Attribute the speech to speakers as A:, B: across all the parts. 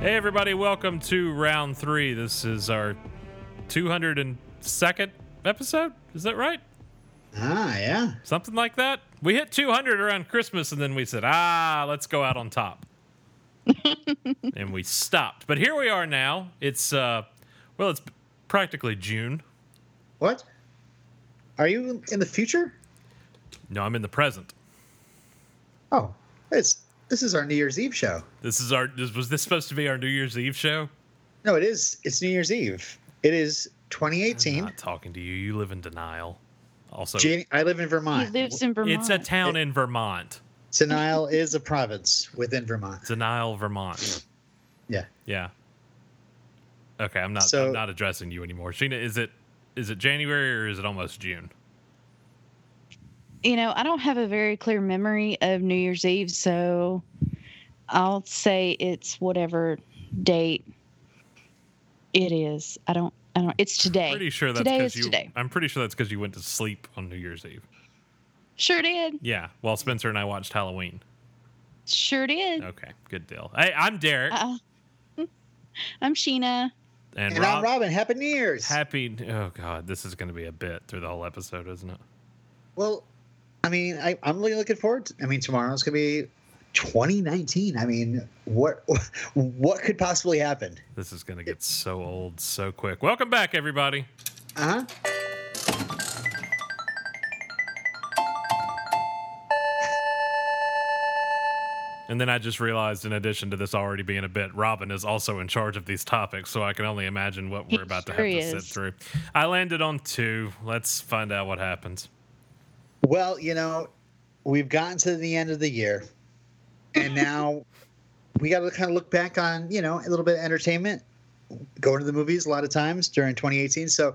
A: Hey, everybody, welcome to round three. This is our 202nd episode. Is that right?
B: Ah, yeah.
A: Something like that. We hit 200 around Christmas and then we said, ah, let's go out on top. and we stopped. But here we are now. It's, uh, well, it's practically June.
B: What? Are you in the future?
A: No, I'm in the present.
B: Oh, it's this is our New Year's Eve show.
A: This is our, this, was this supposed to be our New Year's Eve show?
B: No, it is. It's New Year's Eve. It is 2018.
A: I'm not talking to you. You live in denial. Also,
B: Jan- I live in
C: He
B: Vermont.
C: lives in Vermont.
A: it's a town in Vermont.
B: Denial is a province within Vermont.
A: Denial, Vermont.
B: Yeah.
A: Yeah. Okay, I'm not.
B: So-
A: I'm not addressing you anymore. Sheena, is it is it January or is it almost June?
C: You know, I don't have a very clear memory of New Year's Eve, so I'll say it's whatever date it is. I don't. I don't. It's today.
A: Pretty sure that's
C: today
A: because
C: is
A: you.
C: today.
A: I'm pretty sure that's because you went to sleep on New Year's Eve.
C: Sure did.
A: Yeah, while Spencer and I watched Halloween.
C: Sure did.
A: Okay, good deal. Hey, I'm Derek
C: Uh, I'm Sheena.
A: and,
B: And
A: Rob.
B: I'm Robin. Happy New Year's.
A: Happy. Oh God, this is going to be a bit through the whole episode, isn't it?
B: well, I mean, I, I'm really looking forward. To, I mean, tomorrow's gonna be 2019. I mean, what what could possibly happen?
A: This is going to get so old so quick. Welcome back, everybody.
B: Uh huh.
A: And then I just realized, in addition to this already being a bit, Robin is also in charge of these topics, so I can only imagine what we're
C: He
A: about to
C: sure
A: have to sit
C: is.
A: through. I landed on two. Let's find out what happens.
B: Well, you know, we've gotten to the end of the year, and now we got to kind of look back on, you know, a little bit of entertainment, going to the movies a lot of times during 2018. So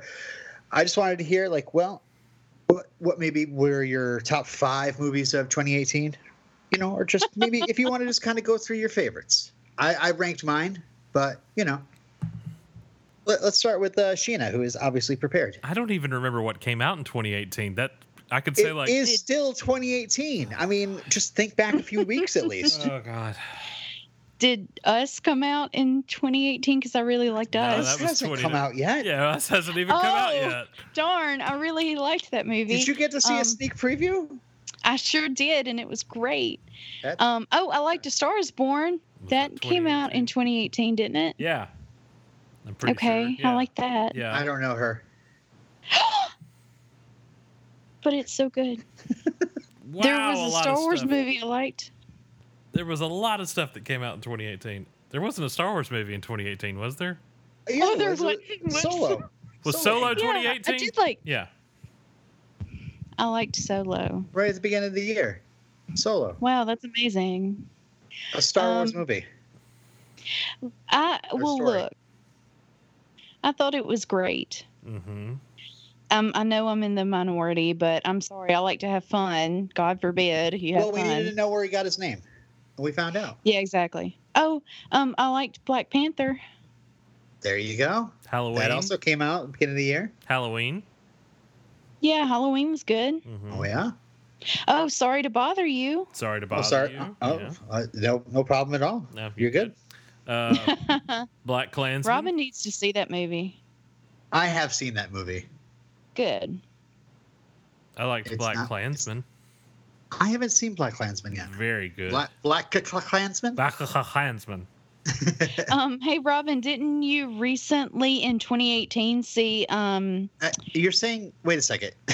B: I just wanted to hear, like, well, what, what maybe were your top five movies of 2018? You know, or just maybe if you want to just kind of go through your favorites. I, I ranked mine, but, you know, let, let's start with uh, Sheena, who is obviously prepared.
A: I don't even remember what came out in 2018. That I could
B: It
A: say
B: is
A: like,
B: still 2018. I mean, just think back a few weeks at least.
A: oh god,
C: Did Us come out in 2018? Because I really liked
A: No,
C: Us.
A: that
B: It
A: was
B: hasn't
A: 20
B: come out yet.
A: yeah, this hasn't even come out
C: Oh.
A: yet.
C: Darn, I really liked that movie.
B: Did you get to see a
C: Um,
B: sneak preview?
C: I sure did, and it was great.
B: That-
C: Um, oh, I liked A Star Is Born.
A: Was
C: That came out in
A: 2018?
C: 2018, didn't it?
A: Yeah, I'm pretty
C: okay,
A: sure. Yeah.
C: I like that.
A: Yeah,
B: I don't know her.
C: But it's so good.
A: wow,
C: there was a
A: lot
C: Star
A: of
C: Wars
A: stuff.
C: movie I liked.
A: There was a lot of stuff that came out in 2018. There wasn't a Star Wars movie in 2018, was there?
B: Yeah,
C: Oh, there
B: was it
C: was-
B: Solo.
A: Was Solo
C: Yeah, I
A: 2018?
C: did like.
A: yeah.
C: I liked Solo.
B: Right at the beginning of the year. Solo.
C: Wow, that's amazing.
B: A Star Wars
C: Um,
B: movie.
C: I
B: Or
C: well
B: story.
C: look. I thought it was great.
A: Mm-hmm.
C: Um, I know I'm in the minority, but I'm sorry. I like to have fun. God forbid you have
B: Well, we
C: fun.
B: needed to know where he got his name. And we found out.
C: Yeah, exactly. Oh, um, I liked Black Panther.
B: There you go.
A: Halloween.
B: That also came out at the beginning of the year.
A: Halloween.
C: Yeah, Halloween was good.
A: Mm-hmm.
B: Oh, yeah.
C: Oh, sorry to bother you.
A: Sorry to
B: Oh,
A: bother
B: sorry.
A: you.
B: Oh,
A: Yeah.
B: uh, no, no problem at all.
A: No,
B: You're good.
A: Uh, Black Klansman.
C: Robin needs to see that movie.
B: I have seen that movie.
C: Good.
A: I liked
B: It's
A: Black
B: not-
A: Klansman.
B: I haven't seen Black Klansman yet.
A: Very good.
B: Black, Black Klansman?
A: Black Klansman.
C: Um, hey Robin, didn't you recently in 2018 see um
B: Uh, you're saying, wait a second.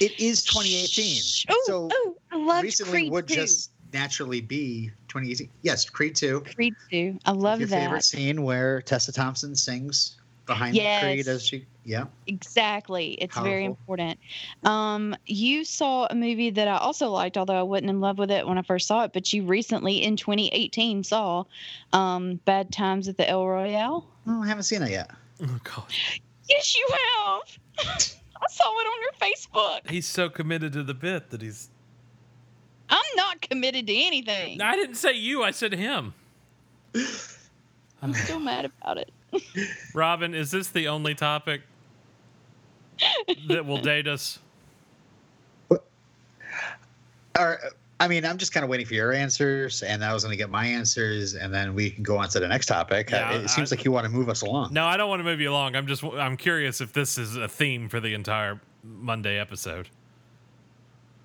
B: it is 2018.
C: Shh. Oh,
B: so
C: oh, I loved
B: recently
C: Creed
B: would
C: 2.
B: just naturally be 2018. Yes, Creed 2.
C: Creed 2. I love
B: Your
C: that.
B: favorite scene where Tessa Thompson sings behind
C: Yes.
B: Creed as she, yeah.
C: Exactly. It's very
B: Powerful.
C: important. Um, you saw a movie that I also liked, although I wasn't in love with it when I first saw it, but you recently in 2018 saw um Bad Times at the El Royale.
B: Oh, I haven't seen it yet.
A: Oh God,
C: Yes, you have. I saw it on your Facebook.
A: he's so committed to the bit that he's.
C: I'm not committed to anything.
A: I didn't say you. I said him.
C: I'm still mad about it.
A: Robin, is this the only topic that will date us?
B: Or, uh, I mean, I'm just kind of waiting for your answers, and I was going to get my answers, and then we can go on to the next topic.
A: Yeah,
B: Uh, it seems
A: I-
B: like you want to move us along.
A: No, I don't want to move you along. I'm just I'm curious if this is a theme for the entire Monday episode.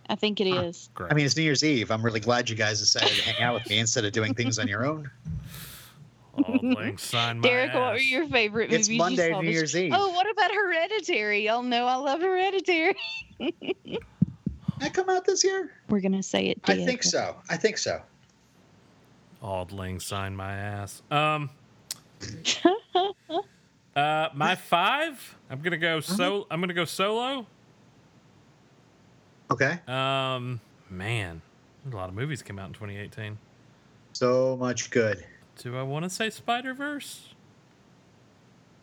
C: I think it is.
A: Great.
B: I mean, it's New Year's Eve. I'm really glad you guys decided to hang out with me instead of doing things on your own.
A: Auld Lang Syne my
C: Derek, what were
A: ass.
C: your favorite
B: It's
C: movies? you
B: Monday,
C: saw
B: New
C: this-
B: Year's Eve.
C: Oh, what about Hereditary? Y'all know I love Hereditary.
B: Did that come out this year?
C: We're gonna say it
B: I
C: did.
B: think so. I think so.
A: Auld Lang Syne my ass. Um. uh, my five. I'm gonna go so. I'm gonna go solo.
B: Okay.
A: Um, man, a lot of movies came out in 2018.
B: So much good.
A: Do I want to say Spider Verse?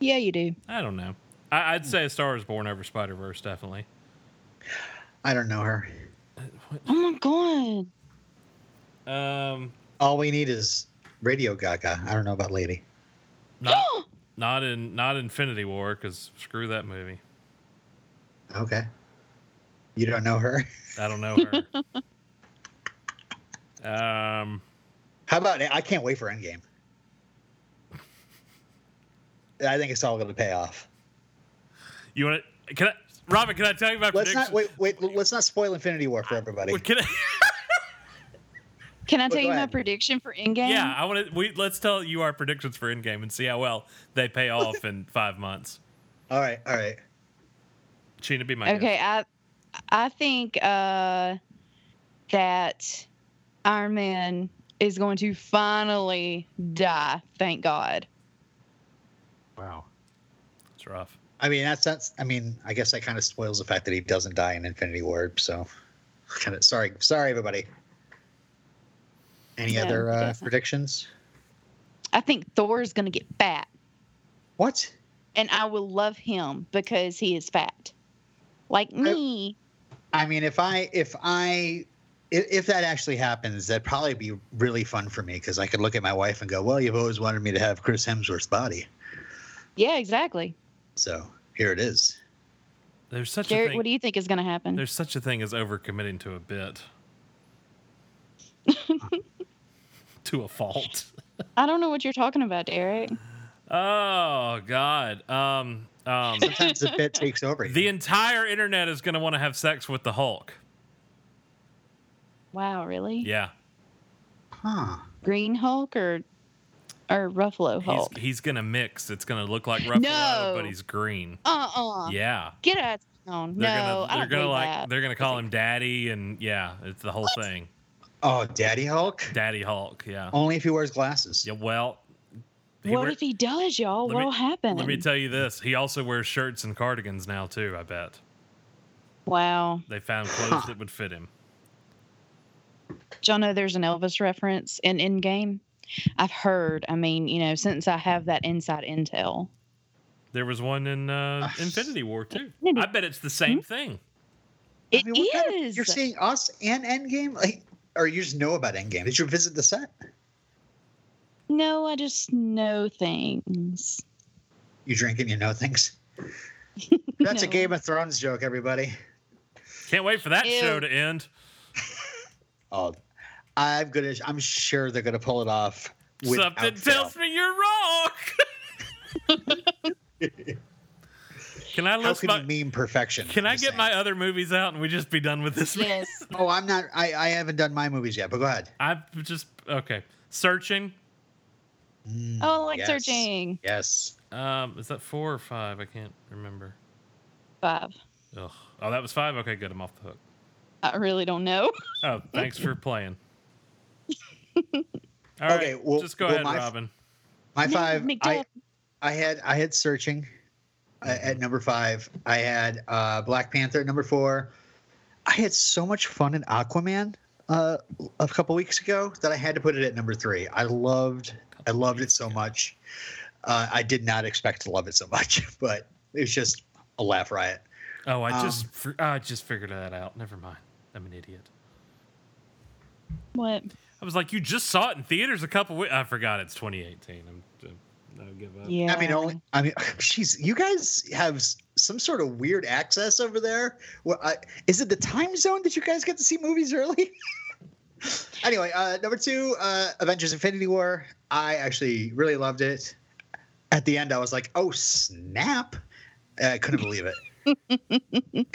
C: Yeah, you do.
A: I don't know. I, I'd say A Star Is Born over Spider Verse, definitely.
B: I don't know her.
C: Oh my god.
A: Um,
B: All we need is Radio Gaga. I don't know about Lady.
A: not not in not Infinity War because screw that movie.
B: Okay. You don't know her?
A: I don't know her. um,
B: How about I can't wait for Endgame. I think it's all going to pay off.
A: you want to? Can I? Robin, can I tell you my
B: Let's
A: prediction?
B: not wait. Wait. Let's not spoil Infinity War for everybody.
A: Well, Can I,
C: Can I tell
B: go
C: you my
B: ahead.
C: prediction for Endgame?
A: yeah, I want to. We let's tell you our predictions for Endgame and see how well they pay off in five months.
B: All right. All right.
A: Sheena, be my guest.
C: Okay, I I think uh that Iron Man is going to finally die. Thank God.
B: Wow.
A: It's rough.
B: I mean, that's that's. I mean, I guess that kind of spoils the fact that he doesn't die in Infinity War. So, kind of sorry, sorry everybody. Any
C: Yeah,
B: other
C: it
B: uh,
C: doesn't.
B: predictions?
C: I think Thor is going to get fat,
B: What?
C: and I will love him because he is fat, like me.
B: I mean, if I if I if, if that actually happens, that'd probably be really fun for me because I could look at my wife and go, "Well, you've always wanted me to have Chris Hemsworth's body,
C: yeah, exactly.
B: so here it is."
A: There's such a
C: Derek,
A: thing.
C: what do you think is going to happen?
A: There's such a thing as overcommitting to a bit. to a fault.
C: I don't know what you're talking about, Derek.
A: Oh God. Um um
B: Sometimes the bit takes over.
A: the entire internet is gonna want to have sex with the Hulk.
C: Wow, really?
A: Yeah.
B: huh?
C: Green Hulk or or Ruffalo
A: He's,
C: Hulk?
A: he's gonna mix. It's gonna look like Ruffalo,
C: No.
A: but he's green.
C: Uh uh
A: Yeah.
C: Get out. of town. No,
A: They're gonna
C: I
A: they're
C: don't
A: gonna
C: believe
A: like
C: that.
A: they're gonna call him daddy and yeah, it's the whole thing.
B: Oh, Daddy Hulk.
A: Daddy Hulk, yeah.
B: Only if he wears glasses.
A: Yeah, well he
C: What
A: wear-
C: if he does, y'all?
A: Let
C: What'll
A: me-
C: happen?
A: let me tell you this. He also wears shirts and cardigans now too, I bet.
C: wow.
A: They found clothes
B: Huh.
A: that would fit him.
C: Did y'all know there's an Elvis reference in Endgame? I've heard. I mean, you know, since I have that inside intel.
A: There was one in uh,
B: Ah.
A: Infinity War too.
C: Infinity- Hmm?
A: I bet it's the same thing.
C: It
B: I mean, what kind of-
C: is.
B: you're seeing us and Endgame, like, or you just know about Endgame? Did you visit the set?
C: no, I just know things.
B: You drink and you know things. That's a
C: No.
B: Game of Thrones joke, everybody.
A: Can't wait for that
C: Ew.
A: show to end.
B: Oh, I'm gonna. I'm sure they're gonna pull it off. without
A: Something
B: fail.
A: tells me you're wrong. can I
B: How
A: list
B: can
A: my?
B: you meme perfection?
A: Can
B: I'm
A: I
B: just
A: get
B: saying.
A: my other movies out and we just be done with this?
C: Yes.
B: Oh, I'm not. I, I haven't done my movies yet, but go ahead.
A: I'm just okay. Searching.
B: Mm,
C: Oh, I like
B: yes.
C: searching.
B: Yes.
A: Um, is that four or five? I can't remember.
C: Five.
A: Ugh. Oh, that was five. Okay, good. I'm off the hook.
C: I really don't know.
A: Oh, thanks for playing. All right,
B: Okay, well-
A: just go
B: well,
A: ahead,
B: my-
A: Robin.
B: My
C: No,
B: five. I,
C: McDuff.
B: I had I had searching uh, at number five. I had uh, Black Panther at number four. I had so much fun in Aquaman uh, a couple weeks ago that I had to put it at number three. I loved I loved it so much. Uh, I did not expect to love it so much, but it was just a laugh riot.
A: Oh, I
B: Um,
A: just fr- I just figured that out. Never mind. I'm an idiot.
C: What?
A: I was like, you just saw it in theaters a couple weeks. I forgot it's 2018. I'm, I'm I give up.
C: Yeah.
B: I mean, only I mean, jeez, you guys have s- some sort of weird access over there. Well, I, is it the time zone that you guys get to see movies early? anyway, uh, number two, uh, Avengers: Infinity War. I actually really loved it. At the end, I was like, "Oh snap!" Uh, I couldn't believe it.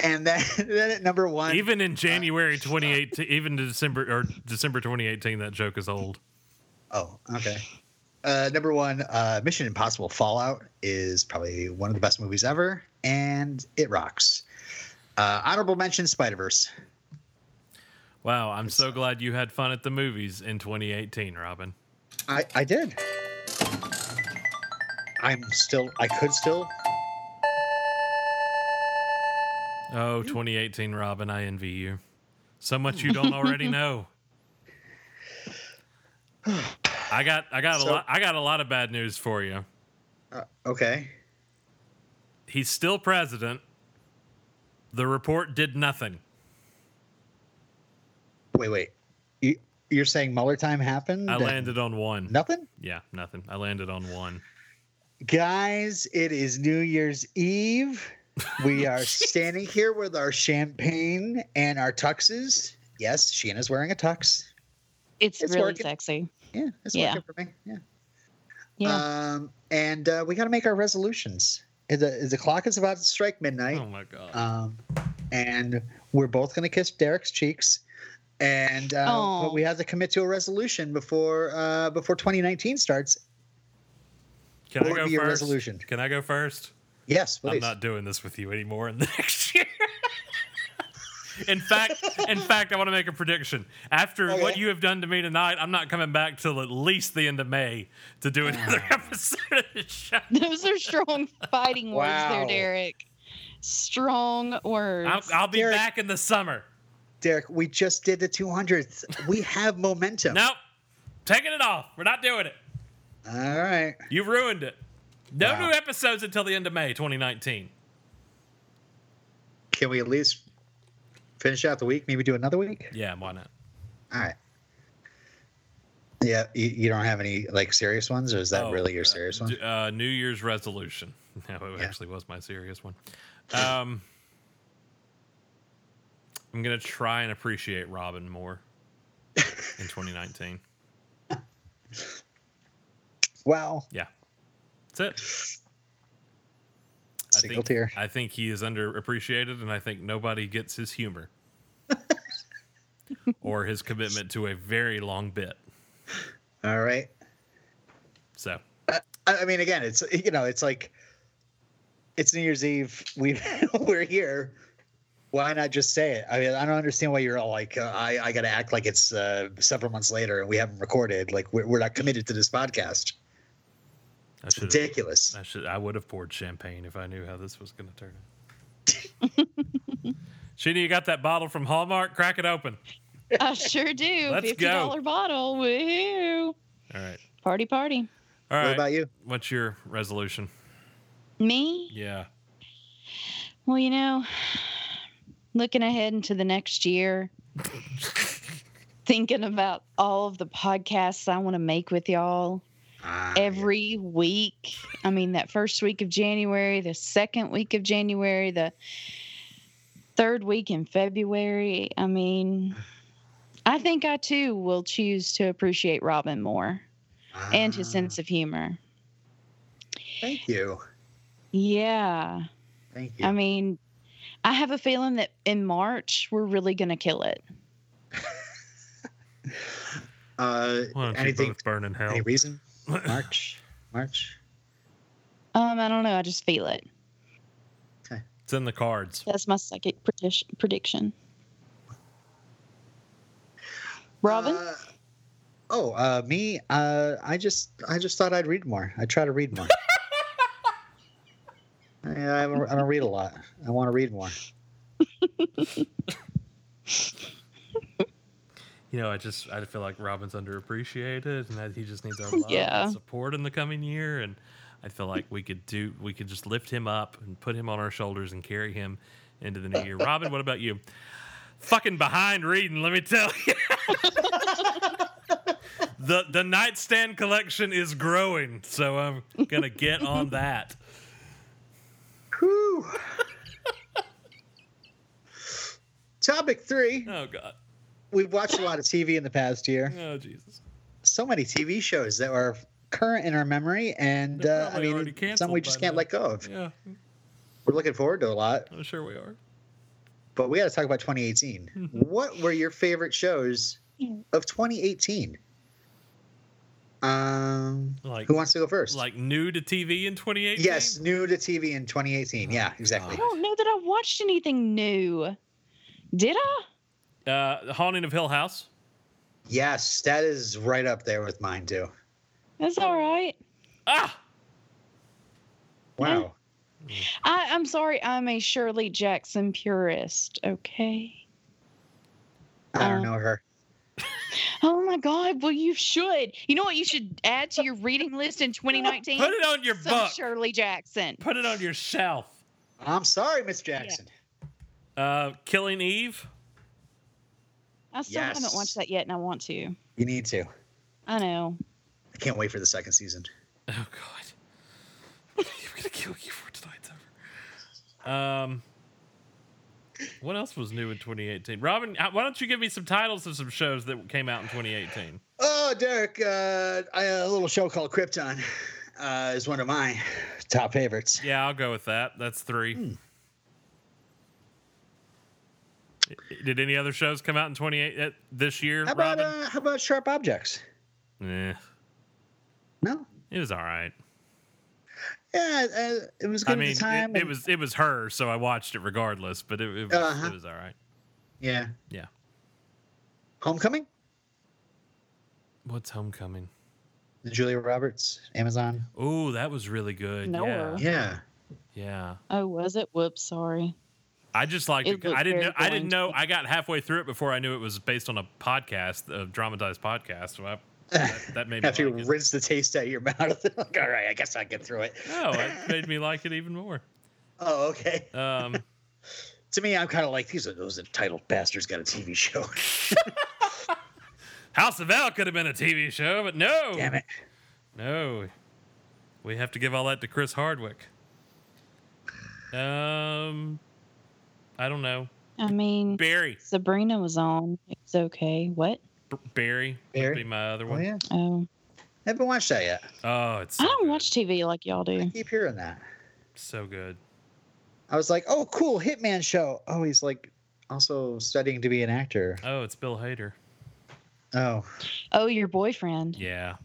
B: and then, then at number one,
A: Even in January 2018, even to December or December 2018, that joke is old.
B: oh okay, uh, number one, uh, Mission Impossible: Fallout is probably one of the best movies ever, and it rocks. Uh, honorable mention: Spider Verse.
A: Wow, I'm so glad you had fun at the movies in 2018, Robin.
B: I, I did. I'm still. I could still.
A: Oh, 2018, Robin, I envy you. So much you don't already know. I got I got a
B: So-
A: lot I got a lot of bad news for you.
B: Uh, okay.
A: He's still president. The report did nothing.
B: Wait, wait. You, you're saying Mueller time happened?
A: I
B: and
A: landed on one.
B: Nothing,
A: Yeah, nothing. I landed on one.
B: guys. It is New Year's Eve. We are standing here with our champagne and our tuxes. Yes, Sheena's wearing a tux.
C: It's,
B: It's
C: really
B: working.
C: sexy.
B: Yeah, it's
C: Yeah.
B: working for me. Yeah.
C: Yeah.
B: Um, and uh, we got to make our resolutions. The, the clock is about to strike midnight.
A: Oh my god.
B: um, and we're both going to kiss Derek's cheeks. And uh,
C: Aw.
B: but we have to commit to a resolution before uh, before 2019 starts.
A: Can I
B: what would
A: go
B: be your
A: first?
B: resolution?
A: Can I go first?
B: Yes, please.
A: I'm not doing this with you anymore in the next year. in fact, in fact, I want to make a prediction. After
B: Okay.
A: what you have done to me tonight, I'm not coming back till at least the end of May to do another episode of the show.
C: Those are strong fighting words
B: Wow.
C: there, Derek. Strong words.
A: I'll, I'll be
B: Derek.
A: back in the summer.
B: Derek, we just did the 200th. We have momentum.
A: Nope, taking it off. We're not doing it.
B: All right.
A: You ruined it. No
B: Wow.
A: new episodes until the end of May 2019.
B: Can we at least finish out the week? Maybe do another week.
A: Yeah, why not?
B: All right. Yeah, you, you don't have any like serious ones, or is that
A: Oh,
B: really your
A: uh,
B: serious one?
A: d- Uh, New Year's resolution. No, it
B: Yeah.
A: actually was my serious one. Um, I'm gonna try and appreciate Robin more in 2019.
B: Wow.
A: Yeah, that's it.
B: Single
A: I think,
B: tear.
A: I think he is underappreciated, and I think nobody gets his humor or his commitment to a very long bit.
B: All right.
A: So
B: I I mean, again, it's you know, it's like it's New Year's Eve. We we're here. Why not just say it? I mean, I don't understand why you're all like, uh, I I got to act like it's uh, several months later and we haven't recorded. Like we're we're not committed to this podcast.
A: I
B: It's
A: should.
B: ridiculous.
A: I should. I would have poured champagne if I knew how this was going to turn out. Sheena, you got that bottle from Hallmark? Crack it open.
C: I sure do.
A: Let's
C: Fifty dollar bottle. Woo!
A: All right.
C: Party, party.
A: All
B: What
A: right.
B: about you?
A: What's your resolution?
C: Me?
A: Yeah.
C: Well, you know, looking ahead into the next year, thinking about all of the podcasts I want to make with y'all
B: Ah,
C: every week. I mean, that first week of January, the second week of January, the third week in February. I mean, I think I too will choose to appreciate Robin more
B: yeah.
C: and his
B: Ah,
C: sense of humor.
B: Thank you.
C: Yeah.
B: Thank you.
C: I mean, I have a feeling that in March we're really going to kill it.
B: uh,
A: Why don't
B: anything?
A: you both burn in hell?
B: Any reason? March. March.
C: Um, I don't know. I just feel it.
A: It's in the cards.
C: That's my psychic predish- prediction. Robin,
B: Uh, oh, uh, me. Uh, I just I just thought I'd read more. I try to read more. I, I, don't, I don't read a lot. I want to read more.
A: You know, I just I feel like Robin's underappreciated, and that he just needs our love
C: Yeah.
A: and support in the coming year. And I feel like we could do we could just lift him up and put him on our shoulders and carry him into the new year. Robin, what about you? Fucking behind reading, let me tell you. the the nightstand collection is growing, so I'm gonna get on that.
B: Whew. Topic three.
A: Oh God.
B: we've watched a lot of TV in the past year.
A: Oh Jesus!
B: So many TV shows that are current in our memory, and
A: They're
B: uh, I
A: probably already
B: mean, some
A: canceled
B: we
A: by
B: just can't
A: now.
B: let go of.
A: Yeah,
B: We're looking forward to a lot,
A: I'm sure we are.
B: but we got to talk about 2018.
A: Mm-hmm.
B: what were your favorite shows of 2018? Um,
A: Like
B: who wants to go first?
A: like new to TV in 2018.
B: yes, new to TV in 2018.
A: Oh,
B: yeah, exactly.
C: I don't know that I watched anything new. Did I?
A: Uh, The Haunting of Hill House.
B: Yes, that is right up there with mine too.
C: That's all right.
A: Ah,
B: Wow.
C: I, I'm sorry. I'm a Shirley Jackson purist. Okay.
B: I don't
C: Uh,
B: know her.
C: Oh my God. Well, you should. You know what you should add to your reading list in 2019?
A: put it on your
C: Some
A: butt.
C: Shirley Jackson.
A: Put it on your shelf.
B: I'm sorry, Miss Jackson.
A: Uh, Killing Eve.
C: I still haven't
B: Yes.
C: watched that yet, and I want to.
B: You need to.
C: I know.
B: I can't wait for the second season.
A: Oh God! What are you gonna kill you for tonight's over? Um, what else was new in 2018? Robin, uh, why don't you give me some titles of some shows that came out in 2018?
B: Oh, Derek, uh, I, a little show called Krypton uh, is one of my top favorites.
A: Yeah, I'll go with that. That's three.
B: Hmm.
A: I- Did any other shows come out in 28 uh, this year,
B: How about
A: Robin?
B: uh, how about Sharp Objects?
A: Eh,
B: No,
A: it was all right.
B: yeah, uh, it was good
A: I mean,
B: at
A: it-
B: the time.
A: it,
B: and-
A: was it was her, so I watched it regardless. But it, it, was,
B: Uh-huh.
A: it was all right.
B: yeah,
A: Yeah.
B: Homecoming,
A: What's Homecoming?
B: The Julia Roberts, Amazon.
A: Oh, that was really good.
C: No.
A: Yeah.
B: Yeah,
A: Yeah.
C: Oh, was it? Whoops. Sorry.
A: I just liked
C: It
A: it.
C: looked
A: I didn't
C: very
A: know I didn't
C: boring.
A: know I got halfway through it before I knew it was based on a podcast, a dramatized podcast. So I, that, that made me
B: after you
A: like it.
B: rinse the taste out of your mouth, like, all right, I guess I get through it.
A: No, it made me like it even more.
B: Oh, okay.
A: Um,
B: To me, I'm kind of like these are those entitled bastards got a TV show.
A: House of L could have been a TV show, but no.
B: Damn it.
A: No. We have to give all that to Chris Hardwick. Um I don't know.
C: I mean,
A: Barry.
C: Sabrina was on. It's okay. What?
A: B- Barry would
B: Barry?
A: be my other
B: Oh
A: one.
B: yeah,
C: Oh,
B: haven't watched that yet.
A: Oh, it's so
C: I don't
A: good.
C: watch TV like y'all
B: I
C: do.
B: keep hearing that.
A: so good.
B: I was like, oh, cool, Hitman show. Oh, he's like also studying to be an actor.
A: Oh, it's Bill Hader.
B: Oh,
C: Oh, your boyfriend.
A: Yeah.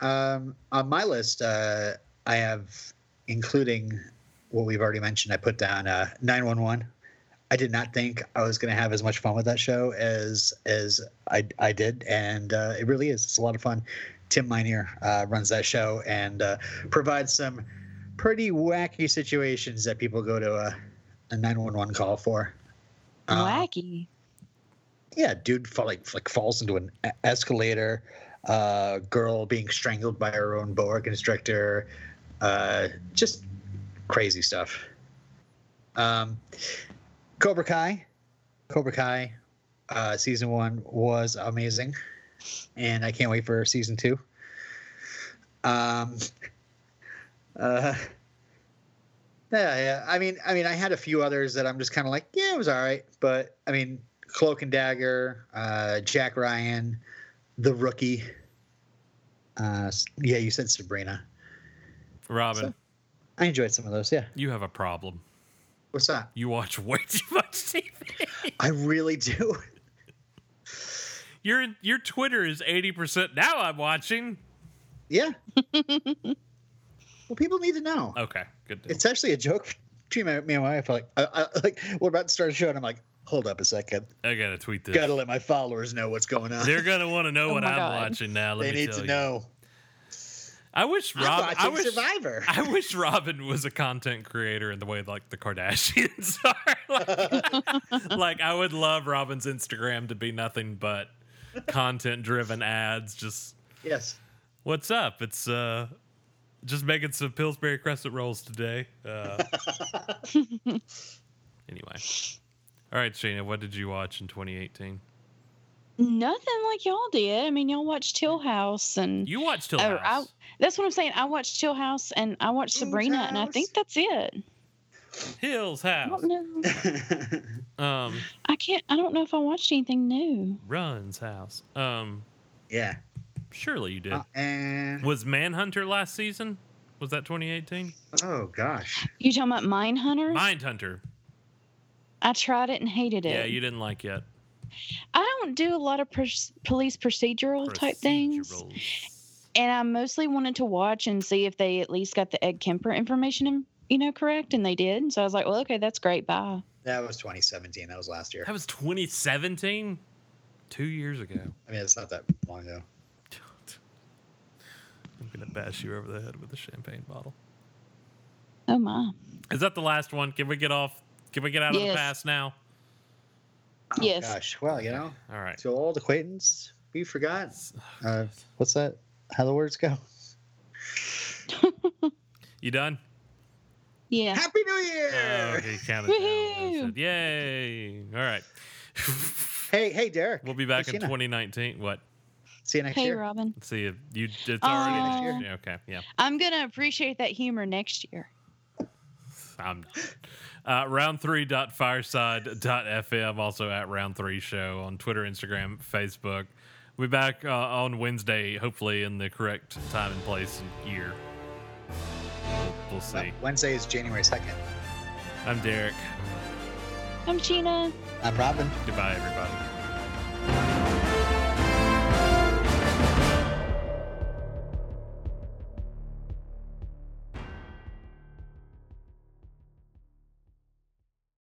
B: um, on my list, uh, I have, including what we've already mentioned, I put down uh, 911. I did not think I was going to have as much fun with that show as as I, I did, and uh, it really is. It's a lot of fun. Tim Minear uh, runs that show and uh, provides some pretty wacky situations that people go to a, a 911 call for. Um,
C: Wacky.
B: yeah, dude fall, like like falls into an e- escalator. Uh, girl being strangled by her own boa constrictor. Uh, just crazy stuff. Um, Cobra Kai, Cobra Kai, uh, season one was amazing, and I can't wait for season two. Um, uh, yeah, yeah. I mean, I mean, I had a few others that I'm just kind of like, yeah, it was all right, but I mean, Cloak and Dagger, uh, Jack Ryan, The Rookie. Uh, s- yeah, you said Sabrina.
A: Robin,
B: So- I enjoyed some of those. Yeah,
A: you have a problem.
B: what's that?
A: You watch way too much TV.
B: I really do.
A: Your your Twitter is eighty percent. Now I'm watching.
B: Yeah. well, people need to know.
A: Okay, good. Deal.
B: It's actually a joke between my, me and my wife. Like, I, I, like we're about to start a show, and I'm like, hold up a second.
A: I gotta tweet this.
B: Gotta let my followers know what's going on.
A: They're gonna want to know
C: Oh
A: what
C: my
A: I'm
C: God.
A: watching now. Let
B: they
A: me
B: need
A: tell
B: to
A: you.
B: know.
A: I wish
B: I'm
A: Robin.
B: watching
A: I wish.
B: Survivor.
A: I wish Robin was a content creator in the way like the Kardashians are. like, like, I would love Robin's Instagram to be nothing but content-driven ads. Just
B: yes.
A: what's up? It's uh, just making some Pillsbury Crescent rolls today. Uh, anyway, all right, Shana, what did you watch in 2018?
C: Nothing like y'all did. I mean, y'all watched Till House, and
A: You watched Till
C: Oh, I-
A: House.
C: that's what I'm saying. I watched Till House, and I watched
B: Till
C: Sabrina, and I
B: House.
C: think that's it.
A: Hill's
C: I
A: house.
C: don't know.
A: Um,
C: I can't. I don't know if I watched anything new.
A: Run's house. Um,
B: yeah.
A: surely you did.
B: Uh, and
A: Was Manhunter last season? Was that 2018?
B: oh gosh,
C: You talking about Mine Hunters?
A: Mindhunter.
C: I tried it and hated it.
A: Yeah, you didn't like it.
C: I don't do a lot of pr- police procedural type things,
A: Procedurals.
C: and I mostly wanted to watch and see if they at least got the Ed Kemper information, in, you know, correct, and they did. And so I was like, well, okay, that's great. Bye.
B: that was 2017. That was last year.
A: That was 2017? Two years ago.
B: I mean, it's not that long ago.
A: I'm going to bash you over the head with a champagne bottle.
C: Oh my.
A: Is that the last one? Can we get off? Can we get out of the
C: Yes.
A: past now?
B: Oh,
C: Yes.
B: Gosh, well, you know,
A: All right.
B: to old acquaintance, we forgot.
C: Oh,
B: Uh, what's that? How the words go?
A: You done?
C: Yeah. Uh,
B: Happy New Year!
A: Oh, he counted down and
C: Woohoo!
A: said, Yay! All right.
B: Hey, hey, Derek.
A: We'll be back in
B: Christina.
A: 2019. What?
B: See you next
C: Hey,
B: year.
C: Robin.
A: Let's see if you. It's already next year.
C: Oh.
A: Yeah, Okay. Yeah.
C: I'm gonna appreciate that humor next year.
A: I'm uh, round3.fireside.fm, also at round three show on Twitter, Instagram, Facebook. We'll be back uh, on Wednesday, hopefully in the correct time and place and year. We'll, we'll see.
B: Wednesday is January 2nd.
A: I'm Derek.
C: I'm Gina.
B: I'm Robin.
A: Goodbye, everybody.